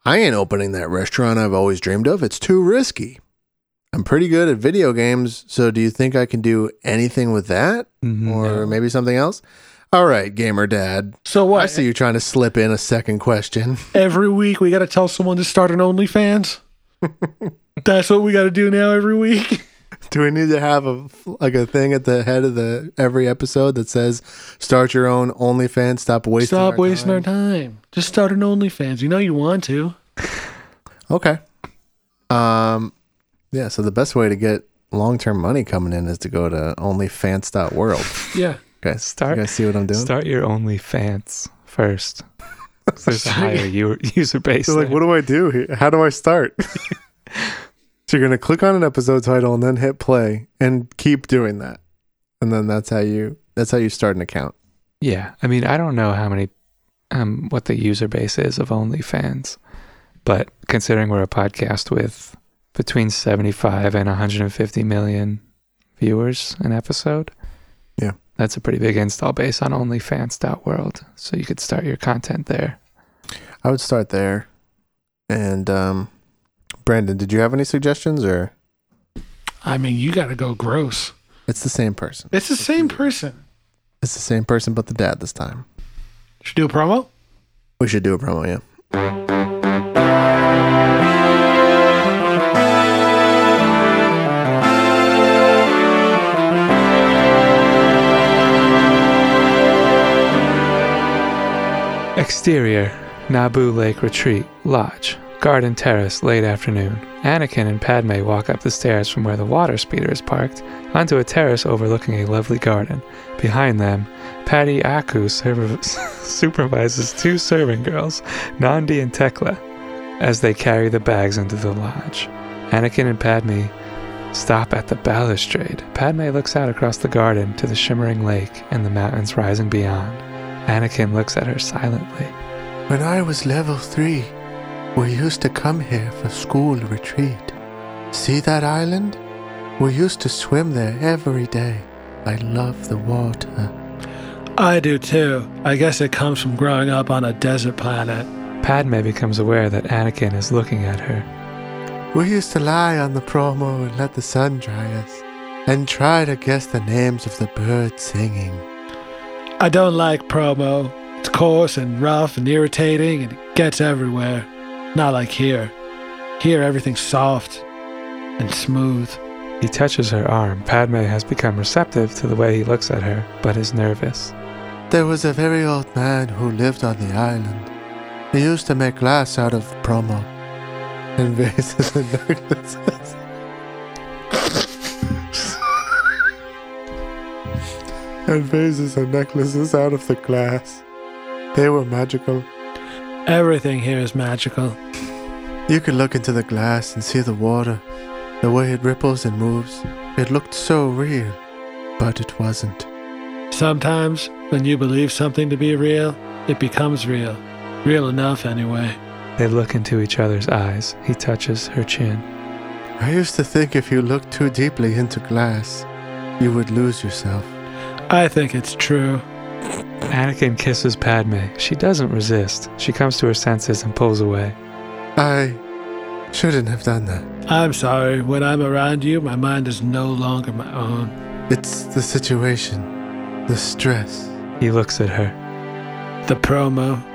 C: I ain't opening that restaurant I've always dreamed of, it's too risky. I'm pretty good at video games, so do you think I can do anything with that? Or maybe something else? All right, gamer dad.
B: So
C: I
B: what?
C: see you trying to slip in a second question.
B: Every week we got to tell someone to start an OnlyFans. That's what we got to do now every week.
C: Do we need to have a like a thing at the head of the every episode that says "Start your own OnlyFans, stop wasting,
B: Stop
C: our
B: wasting
C: time.
B: our time. Just start an OnlyFans. You know you want to.
C: Okay. Um, yeah. So the best way to get long-term money coming in is to go to OnlyFans.world.
B: Yeah.
C: Okay,
A: Start-
C: You guys see what I'm doing?
A: Start your OnlyFans first. 'Cause There's a higher u- user base. there.
C: do I do? Here? How do I start? so you're gonna click on an episode title and then hit play and keep doing that, and then that's how you that's how you start an account.
E: Yeah, I mean, I don't know how many, um, what the user base is of OnlyFans, but considering we're a podcast with between 75 and 150 million viewers an episode,
C: Yeah.
E: that's a pretty big install base on OnlyFans.world. So you could start your content there.
C: I would start there. And um, Brandon, did you have any suggestions or?
B: I mean, you got to go gross.
C: It's the same person.
B: It's the same person.
C: It's the same person, but the dad this time.
B: Should do a promo.
C: We should do a promo, yeah.
E: Exterior
A: Naboo Lake Retreat, Lodge, Garden Terrace, late afternoon. Anakin and Padme walk up the stairs from where the water speeder is parked onto a terrace overlooking a lovely garden. Behind them, Patty Aku serv- supervises two serving girls, Nandi and Tekla, as they carry the bags into the lodge. Anakin and Padme stop at the balustrade. Padme looks out across the garden to the shimmering lake and the mountains rising beyond. Anakin looks at her silently.
C: When I was level three, we used to come here for school retreat. See that island? We used to swim there every day. I love the water.
B: I do too. I guess it comes from growing up on a desert planet.
A: Padme becomes aware that Anakin is looking at her.
C: We used to lie on the promo and let the sun dry us, and try to guess the names of the birds singing.
B: I don't like promo. It's coarse and rough and irritating and it gets everywhere. Not like here. Here everything's soft and smooth.
A: He touches her arm. Padme has become receptive to the way he looks at her, but is nervous.
C: There was a very old man who lived on the island. He used to make glass out of promo and vases and necklaces. and vases and necklaces out of the glass. They were magical.
B: Everything here is magical.
C: You could look into the glass and see the water, the way it ripples and moves. It looked so real, but it wasn't.
B: Sometimes, when you believe something to be real, it becomes real. Real enough, anyway.
A: They look into each other's eyes. He touches her chin.
C: I used to think if you looked too deeply into glass, you would lose yourself.
B: I think it's true.
A: Anakin kisses Padme. She doesn't resist. She comes to her senses and pulls away.
C: I shouldn't have done that.
B: I'm sorry. When I'm around you, my mind is no longer my own.
C: It's the situation, the stress.
A: He looks at her.
B: The promo.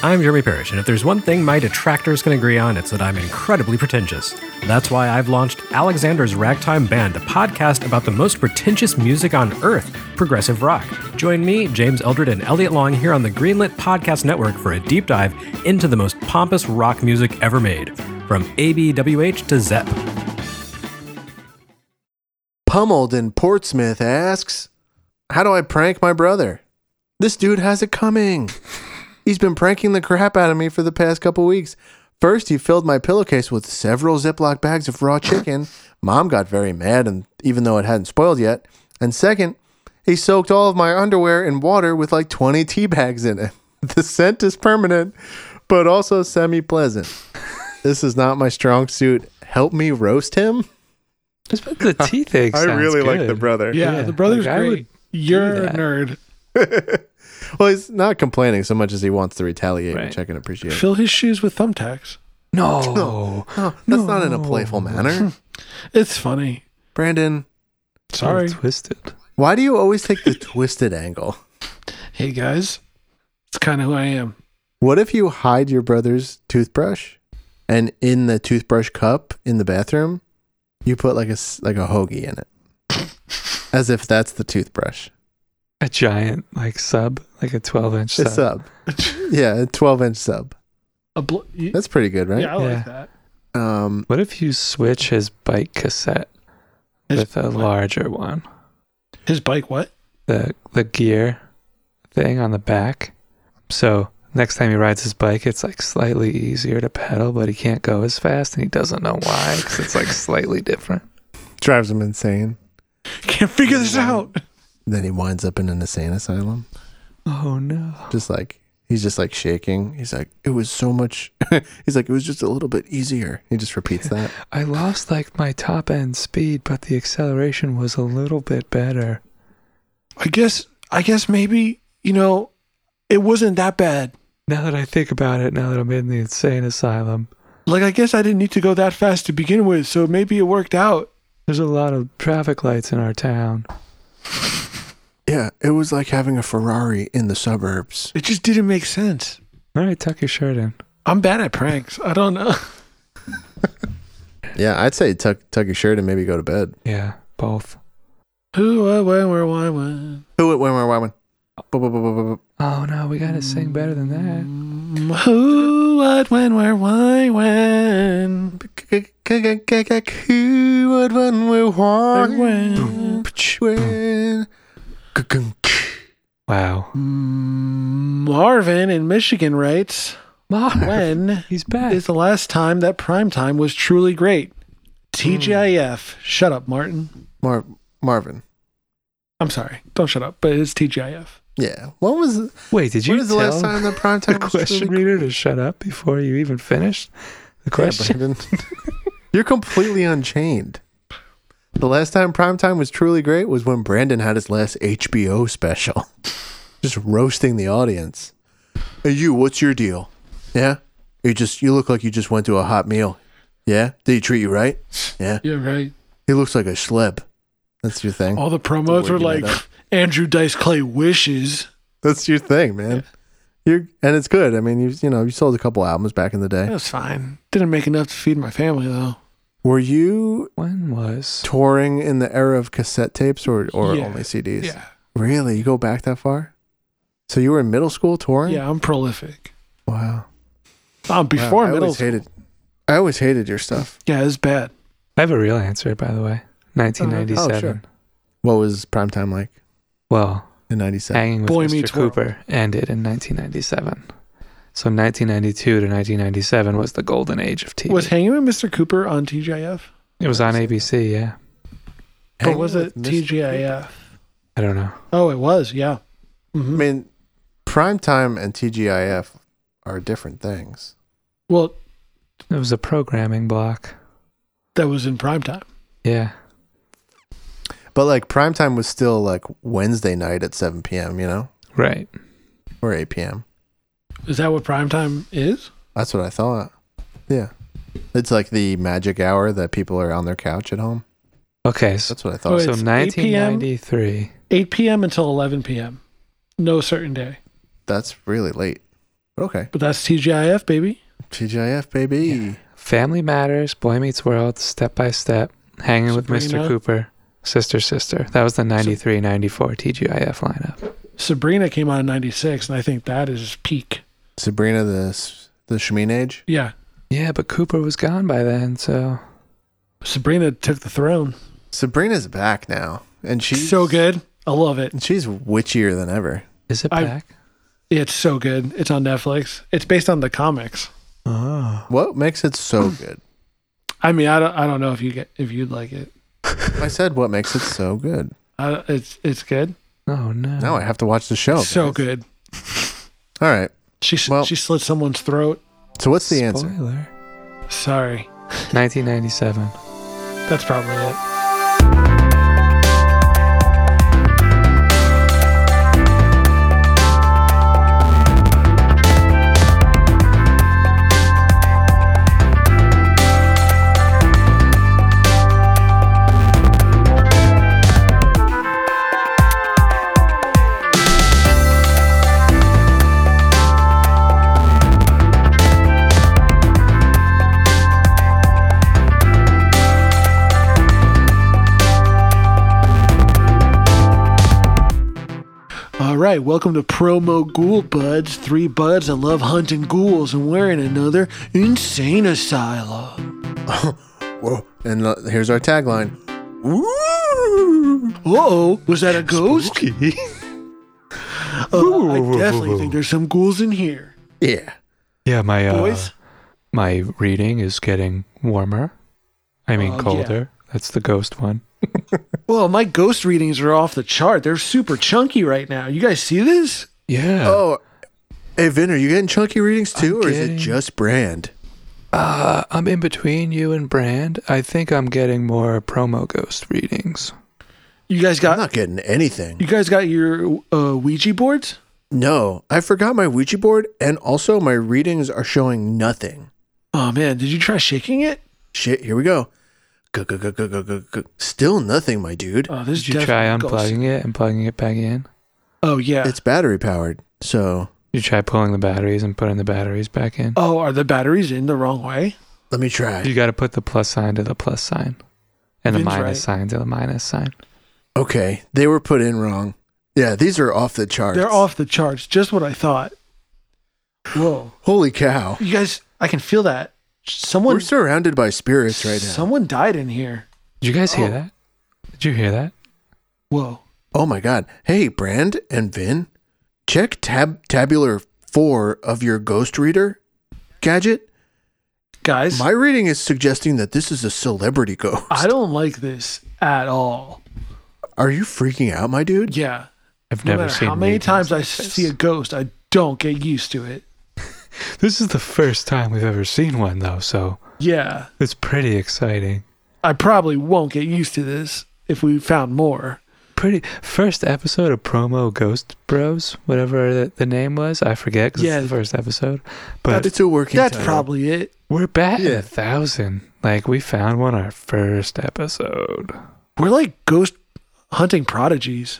F: I'm Jeremy Parrish, and if there's one thing my detractors can agree on, it's that I'm incredibly pretentious. That's why I've launched Alexander's Ragtime Band, a podcast about the most pretentious music on earth progressive rock. Join me, James Eldred, and Elliot Long here on the Greenlit Podcast Network for a deep dive into the most pompous rock music ever made, from ABWH to Zepp.
C: Pummeled in Portsmouth asks, How do I prank my brother? This dude has it coming. He's been pranking the crap out of me for the past couple weeks. First, he filled my pillowcase with several Ziploc bags of raw chicken. Mom got very mad, and even though it hadn't spoiled yet. And second, he soaked all of my underwear in water with like 20 tea bags in it. The scent is permanent, but also semi pleasant. This is not my strong suit. Help me roast him.
A: Just put the tea thing.
C: I
A: sounds
C: really like the
A: good.
C: brother.
B: Yeah,
A: Yeah,
B: the brother's
A: like, I
B: great.
A: would
B: You're a
A: that.
B: nerd.
C: Well, he's not complaining so much as he wants to retaliate,
A: Right.
C: which I can appreciate.
B: Fill his shoes with thumbtacks.
A: No.
C: No, no, that's not in a playful manner.
B: It's funny.
C: Brandon,
B: Sorry.
A: Twisted.
C: why do you always take the twisted angle?
B: Hey guys, it's kind of who I am.
C: What if you hide your brother's toothbrush, and in the toothbrush cup in the bathroom, you put like a s- like a hoagie in it, as if that's the toothbrush.
A: A giant like sub, like a 12 inch
C: A
A: sub.
C: sub, yeah, a twelve inch sub.
B: A bl- y-
C: That's pretty good, right?
B: Yeah, I
A: Yeah.
B: like that.
C: Um,
A: What if you switch his bike cassette
B: His
A: with a larger one?
B: His bike, what?
A: The the gear thing on the back. So next time he rides his bike, it's like slightly easier to pedal, but he can't go as fast, and he doesn't know why because it's like slightly different.
C: drives him insane.
B: Can't figure this out.
C: Then he winds up in an insane asylum.
A: Oh no!
C: Just like he's just like shaking. He's like, it was so much. he's like, it was just a little bit easier. He just repeats that.
A: I lost like my top end speed, but the acceleration was a little bit better.
B: I guess I guess maybe, you know, it wasn't that bad.
A: Now that I think about it, now that I'm in the insane asylum,
B: Like I guess I didn't need to go that fast to begin with, so maybe it worked out.
A: there's a lot of traffic lights in our town.
C: Yeah, it was like having a Ferrari in the suburbs.
B: It just didn't make sense.
A: All right, tuck your shirt in.
B: I'm bad at pranks. I don't know.
C: Yeah, I'd say tuck tuck your shirt and maybe go to bed.
A: Yeah, both.
B: Who, what, when, where, why, when?
C: Who, it, when, where, why, when? Bu- bu- bu- bu- bu- bu-
A: Oh no, we gotta sing better than that.
B: Mm, Who, what, when, where, why, when?
C: Who, what, when, where, why,
B: When?
C: when?
A: Wow,
B: Marvin Mm, in Michigan writes,
A: Marv,
B: when
A: he's back.
B: is the last time that prime time was truly great? TGIF. Shut up, Martin.
C: Mar- Marvin.
B: I'm sorry. Don't shut up, but it's TGIF.
C: Yeah. When was when
A: Wait, did you
C: was the last
A: tell
C: time that prime
A: the
C: time was
A: question
C: truly-
A: reader to shut up before you even finished the
C: Yeah,
A: question?
C: Brandon. You're completely unchained. The last time primetime was truly great was when Brandon had his last HBO special. Just roasting the audience. Hey you, what's your deal? Yeah? You just you look like you just went to a hot meal. Yeah? Did he treat you right? Yeah.
B: Yeah, right.
C: He looks like a schleb. That's your thing.
B: All the promos
C: The way you
B: were like
C: made that.
B: Andrew Dice Clay wishes.
C: That's your thing, man. You're and it's good. I mean, you you know, you sold a couple albums back in the
B: That
C: day.
B: was fine. Didn't make enough to feed my family though.
C: Were you
A: When was
C: touring in the era of cassette tapes or, or
B: Yeah.
C: only CDs?
B: Yeah.
C: Really? You go back that far? So you were in middle school touring?
B: Yeah, I'm prolific.
C: Wow.
B: Um, before
C: wow, I
B: middle
C: always hated I always hated your stuff.
B: Yeah, it's bad.
A: I have a real answer, by the way. 1997.
C: Oh, sure. What was primetime like
A: Well,
C: in 97?
A: Hanging with
B: Boy
A: Mr.
B: Meets World.
A: Cooper ended in 1997. So 1992 to 1997 was the golden age of TV.
B: Was hanging with Mr. Cooper on TGIF?
A: it was on ABC, yeah.
B: Or was it TGIF?
A: I don't know.
B: Oh, it was. Yeah.
C: I
B: hmm
C: mean, primetime and TGIF are different things.
B: Well,
A: It was a programming block.
B: that was in prime time.
A: Yeah.
C: But like primetime was still like Wednesday night at 7 p.m., you know,
A: Right.
C: or 8 p.m.
B: Is that what prime time is?
C: That's what I thought. Yeah. It's like the magic hour that people are on their couch at home.
A: Okay. So,
C: That's what I
A: so
C: thought.
B: Wait. it's 8 p.m.
A: 1993.
B: 8 p.m. until 11 p.m. No certain day.
C: That's really late. But okay.
B: But that's TGIF, baby.
C: TGIF, baby.
A: Family Matters, Boy Meets World, Step by Step, Hanging with Mr.
B: Sabrina.
A: Cooper, Sister Sister. That was the 93 94 TGIF lineup.
B: Sabrina came out in 96, and I think that is peak.
C: Sabrina the s- the Shemin age.
B: Yeah.
A: Yeah, but Cooper was gone by then, so
B: Sabrina took the throne.
C: Sabrina's back now, and she's
B: so good. I love it.
C: and she's witchier than ever.
A: is it
B: I-
A: back?
B: It's so good. It's on Netflix. It's based on the comics.
A: Ah.
C: What makes it so good?
B: I mean, I don't, I don't know if you get if you'd like it.
C: I said what makes it so good.
B: I, it's it's good.
A: Oh no.
C: Now I have to watch the show.
B: so
C: guys.
B: good.
C: All right.
B: She s
C: Well-
B: she slit someone's throat.
C: So what's the answer?
A: Spoiler.
B: Sorry,
A: 1997.
B: that's probably it. All right, welcome to Promo Ghoul Buds. Three buds that love hunting ghouls, and we're in another insane asylum.
C: Whoa! And uh, here's our tagline.
B: Uh oh, was that a ghost? Uh, I definitely think there's some ghouls in here.
C: Yeah.
A: yeah, my uh,
B: Boys,
A: my reading is getting warmer. I mean
B: Oh, yeah.
A: colder. That's the ghost one.
B: well, my ghost readings are off the chart. They're super chunky right now. You guys see this?
A: Yeah.
C: Oh, hey Vin, are you getting chunky readings too, or is it
A: getting-
C: just Brand?
A: Uh, I'm in between you and Brand. I think I'm getting more promo ghost readings.
B: You guys
C: I'm
B: got
C: not getting anything.
B: you guys got your uh, Ouija boards?
C: No, I forgot my Ouija board, and also my readings are showing nothing.
B: Oh man, did you try shaking it?
C: Shit. Here we go. Go, go, go, go, go, go, go. Still nothing, my dude.
B: Oh, this
A: Did you
B: is
A: try
B: definitely a ghost.
A: unplugging it and plugging it back in?
B: Oh yeah,
C: It's battery powered, so
A: You try pulling the batteries and putting the batteries back in.
B: Oh, are the batteries in the wrong way?
C: Let me try.
A: You got to put the plus sign to the plus sign and the
B: Vin's
A: minus
B: right.
A: sign to the minus sign.
C: Okay, they were put in wrong. Yeah, these are off the charts.
B: They're off the charts. Just what I thought. Whoa.
C: Holy cow.
B: You guys, I can feel that. Someone,
C: We're surrounded by spirits right now.
B: someone died in here.
A: Did you guys hear
C: Oh.
A: that? Did you hear that?
B: Whoa.
C: Oh my god. Hey, Brand and Vin, check tab tabular 4 of your ghost reader gadget.
B: Guys,
C: My reading is suggesting that this is a celebrity ghost.
B: I don't like this at all.
C: Are you freaking out, my dude?
B: Yeah.
A: I've
B: No
A: never
B: matter
A: seen
B: how many
A: readings
B: times I
A: like this.
B: see a ghost, I don't get used to it.
A: This is the first time we've ever seen one though, so
B: Yeah.
A: it's pretty exciting.
B: I probably won't get used to this if we found more.
A: Pretty first episode of promo Ghost Bros, whatever the, the name was, I forget because
B: Yeah.
A: it's the first episode. But
C: It's a working
B: That's
C: title.
B: probably it.
A: we're batting
C: Yeah.
A: a thousand. Like we found one our first episode.
B: We're like ghost hunting prodigies.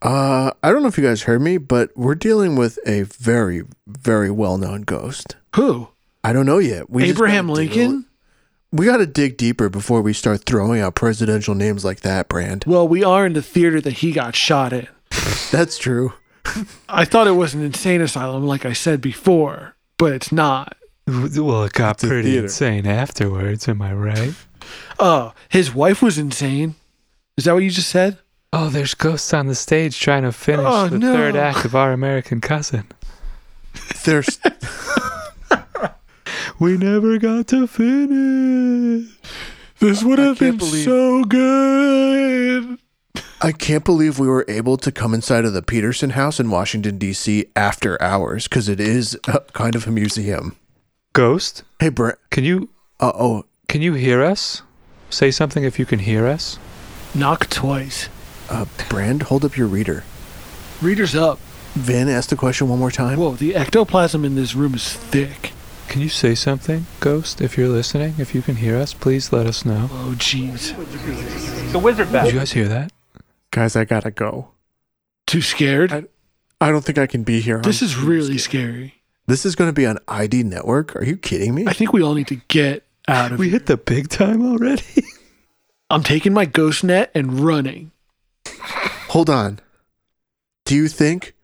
C: Uh, I don't know if you guys heard me, but we're dealing with a very, very well-known ghost.
B: Who?
C: I don't know yet. We just
B: Abraham
C: gotta dig a
B: Lincoln?
C: li- we got to dig deeper before we start throwing out presidential names like that, Brand.
B: Well, we are in the theater that he got shot in.
C: That's true.
B: I thought it was an insane asylum, like I said before, but it's not.
A: W- Well, it got
C: a
A: pretty
C: theater.
A: insane afterwards. Am I right?
B: Oh, his wife was insane. Is that what you just said?
A: Oh, there's ghosts on the stage trying to finish
B: Oh,
A: the
B: no.
A: third act of Our American Cousin.
C: There's
A: We never got to finish.
B: This would have
C: can't been believe-
B: so good.
C: I can't believe we were able to come inside of the Peterson House in Washington D.C. after hours because it is uh, kind of a museum.
A: Ghost,
C: Hey, Brand.
A: can you
C: Uh oh.
A: can you hear us? Say something if you can hear us.
B: Knock twice.
C: Uh, Brand, hold up your reader.
B: Reader's up.
C: Vin, ask the question one more time.
B: Whoa, the ectoplasm in this room is thick.
A: Can you say something, Ghost? If you're listening, if you can hear us, please let us know.
B: Oh, jeez.
A: Did you guys hear that?
C: Guys, I gotta go.
B: Too scared?
C: I don't think I can be here.
B: This is really scary.
C: This is going to be on ID Network. Are you kidding me?
B: I think we all need to get out of
A: We
B: here.
A: hit the big time already.
B: I'm taking my ghost net and running.
C: Hold on. Do you think?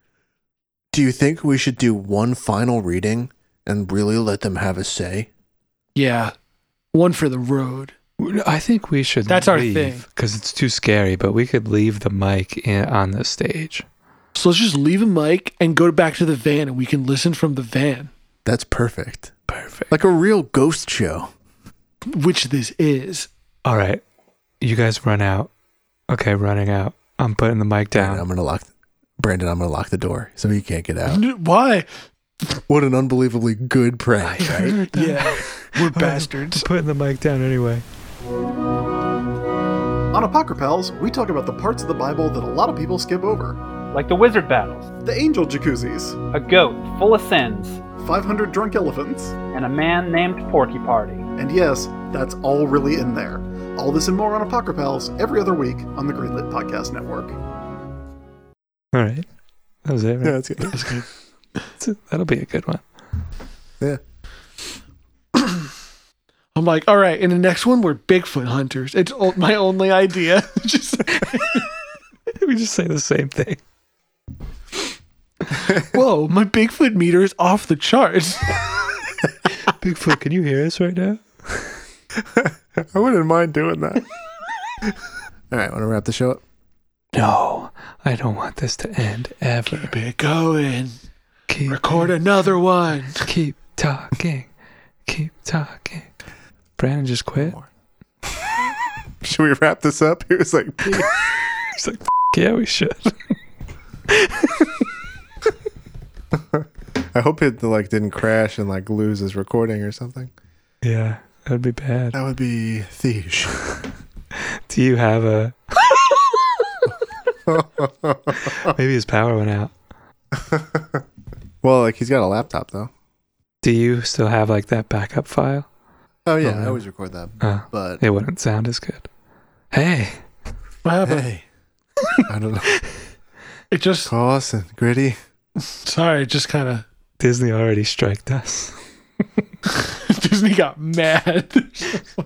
C: Do you think we should do one final reading and really let them have a say?
B: Yeah. One for the road.
A: I think we should.
B: That's our thing.
A: because it's too scary. But we could leave the mic in, on the stage.
B: So let's just leave a mic and go back to the van and we can listen from the van,
C: That's perfect.
A: Perfect.
C: Like a real ghost show.
B: which this is.
A: All right, you guys run out. Okay, running out. I'm putting the mic
C: Brandon,
A: down.
C: I'm gonna lock. Brandon, I'm gonna lock the door so he can't get out.
B: N- Why?
C: What an unbelievably good prank, right?
B: Yeah. We're
A: I'm
B: bastards.
A: putting the mic down anyway.
G: On Apocrypals, we talk about the parts of the Bible that a lot of people skip over.
H: like the wizard battles,
G: The angel jacuzzis,
H: a goat full of sins,
G: 500 drunk elephants,
H: and a man named Porky Party.
G: and yes, that's all really in there. All this and more on Apocrypals every other week on the Greenlit Podcast Network.
A: All right, that was it. Right?
C: Yeah, that's good. That's good.
A: That's it. That'll be a good one.
C: Yeah.
B: I'm like, all right, in the next one, we're Bigfoot hunters. It's o- my only idea. just
A: we just say the same thing.
B: Whoa, my Bigfoot meter is off the charts.
A: Bigfoot, can you hear us right now?
C: I wouldn't mind doing that. All right, want to wrap the show up?
A: No, I don't want this to end ever.
B: Keep it going.
A: Keep
B: Record another one.
A: Keep talking. Keep talking. Brandon just quit.
C: Should we wrap this up? He was like,
A: He's like, "F- yeah, we should.
C: I hope it like didn't crash and like lose his recording or something.
A: Yeah, that'd be bad.
C: That would be Thiesh.
A: Do you have a? Maybe his power went out.
C: well, like he's got a laptop though.
A: Do you still have like that backup file?
C: Oh yeah,
A: Oh,
C: I
A: yeah.
C: always record that.
A: Uh,
C: But
A: it wouldn't sound as good. Hey,
B: What happened?
C: hey, I don't know.
B: It just
C: Carson, Gritty,
B: Sorry, just kind of
A: Disney already striked us.
B: Disney got mad.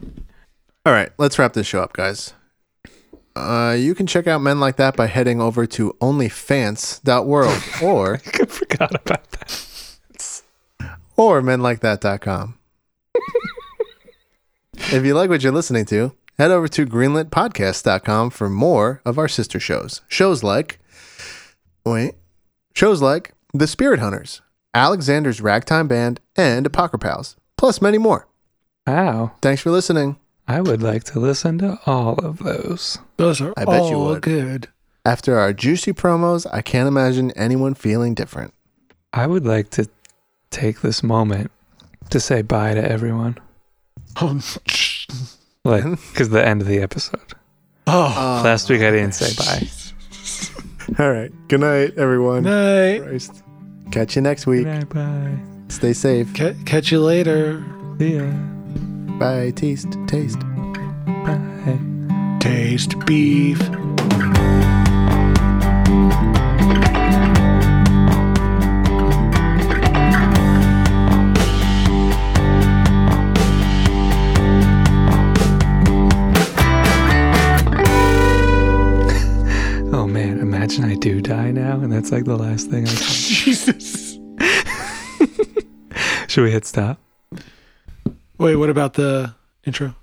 C: All right, let's wrap this show up, guys. Uh, you can check out Men Like That by heading over to onlyfans.world or
A: I forgot about that.
C: or menlikethat.com. if you like what you're listening to, head over to greenlitpodcast.com for more of our sister shows. Shows like wait, shows like The Spirit Hunters, Alexander's Ragtime Band, and Apocrypal Pals, plus many more.
A: Wow.
C: Thanks for listening.
A: I would like to listen to all of those.
B: Those are
C: I bet
B: all
C: you would.
B: good.
C: After our juicy promos, I can't imagine anyone feeling different.
A: I would like to take this moment to say bye to everyone.
B: Oh,
A: Like, because the end of the episode.
B: oh.
C: Um,
A: Last week I didn't say bye.
C: All right. Good night, everyone.
B: night.
C: Christ. Catch you next week.
A: Bye bye.
C: Stay safe.
B: Ca- catch you later.
A: See ya.
C: Bye. Taste. Taste.
A: Bye.
B: Taste beef.
A: Oh man, imagine I do die now, and that's like the last thing I.
B: Jesus.
A: Should we hit stop?
B: Wait, what about the intro?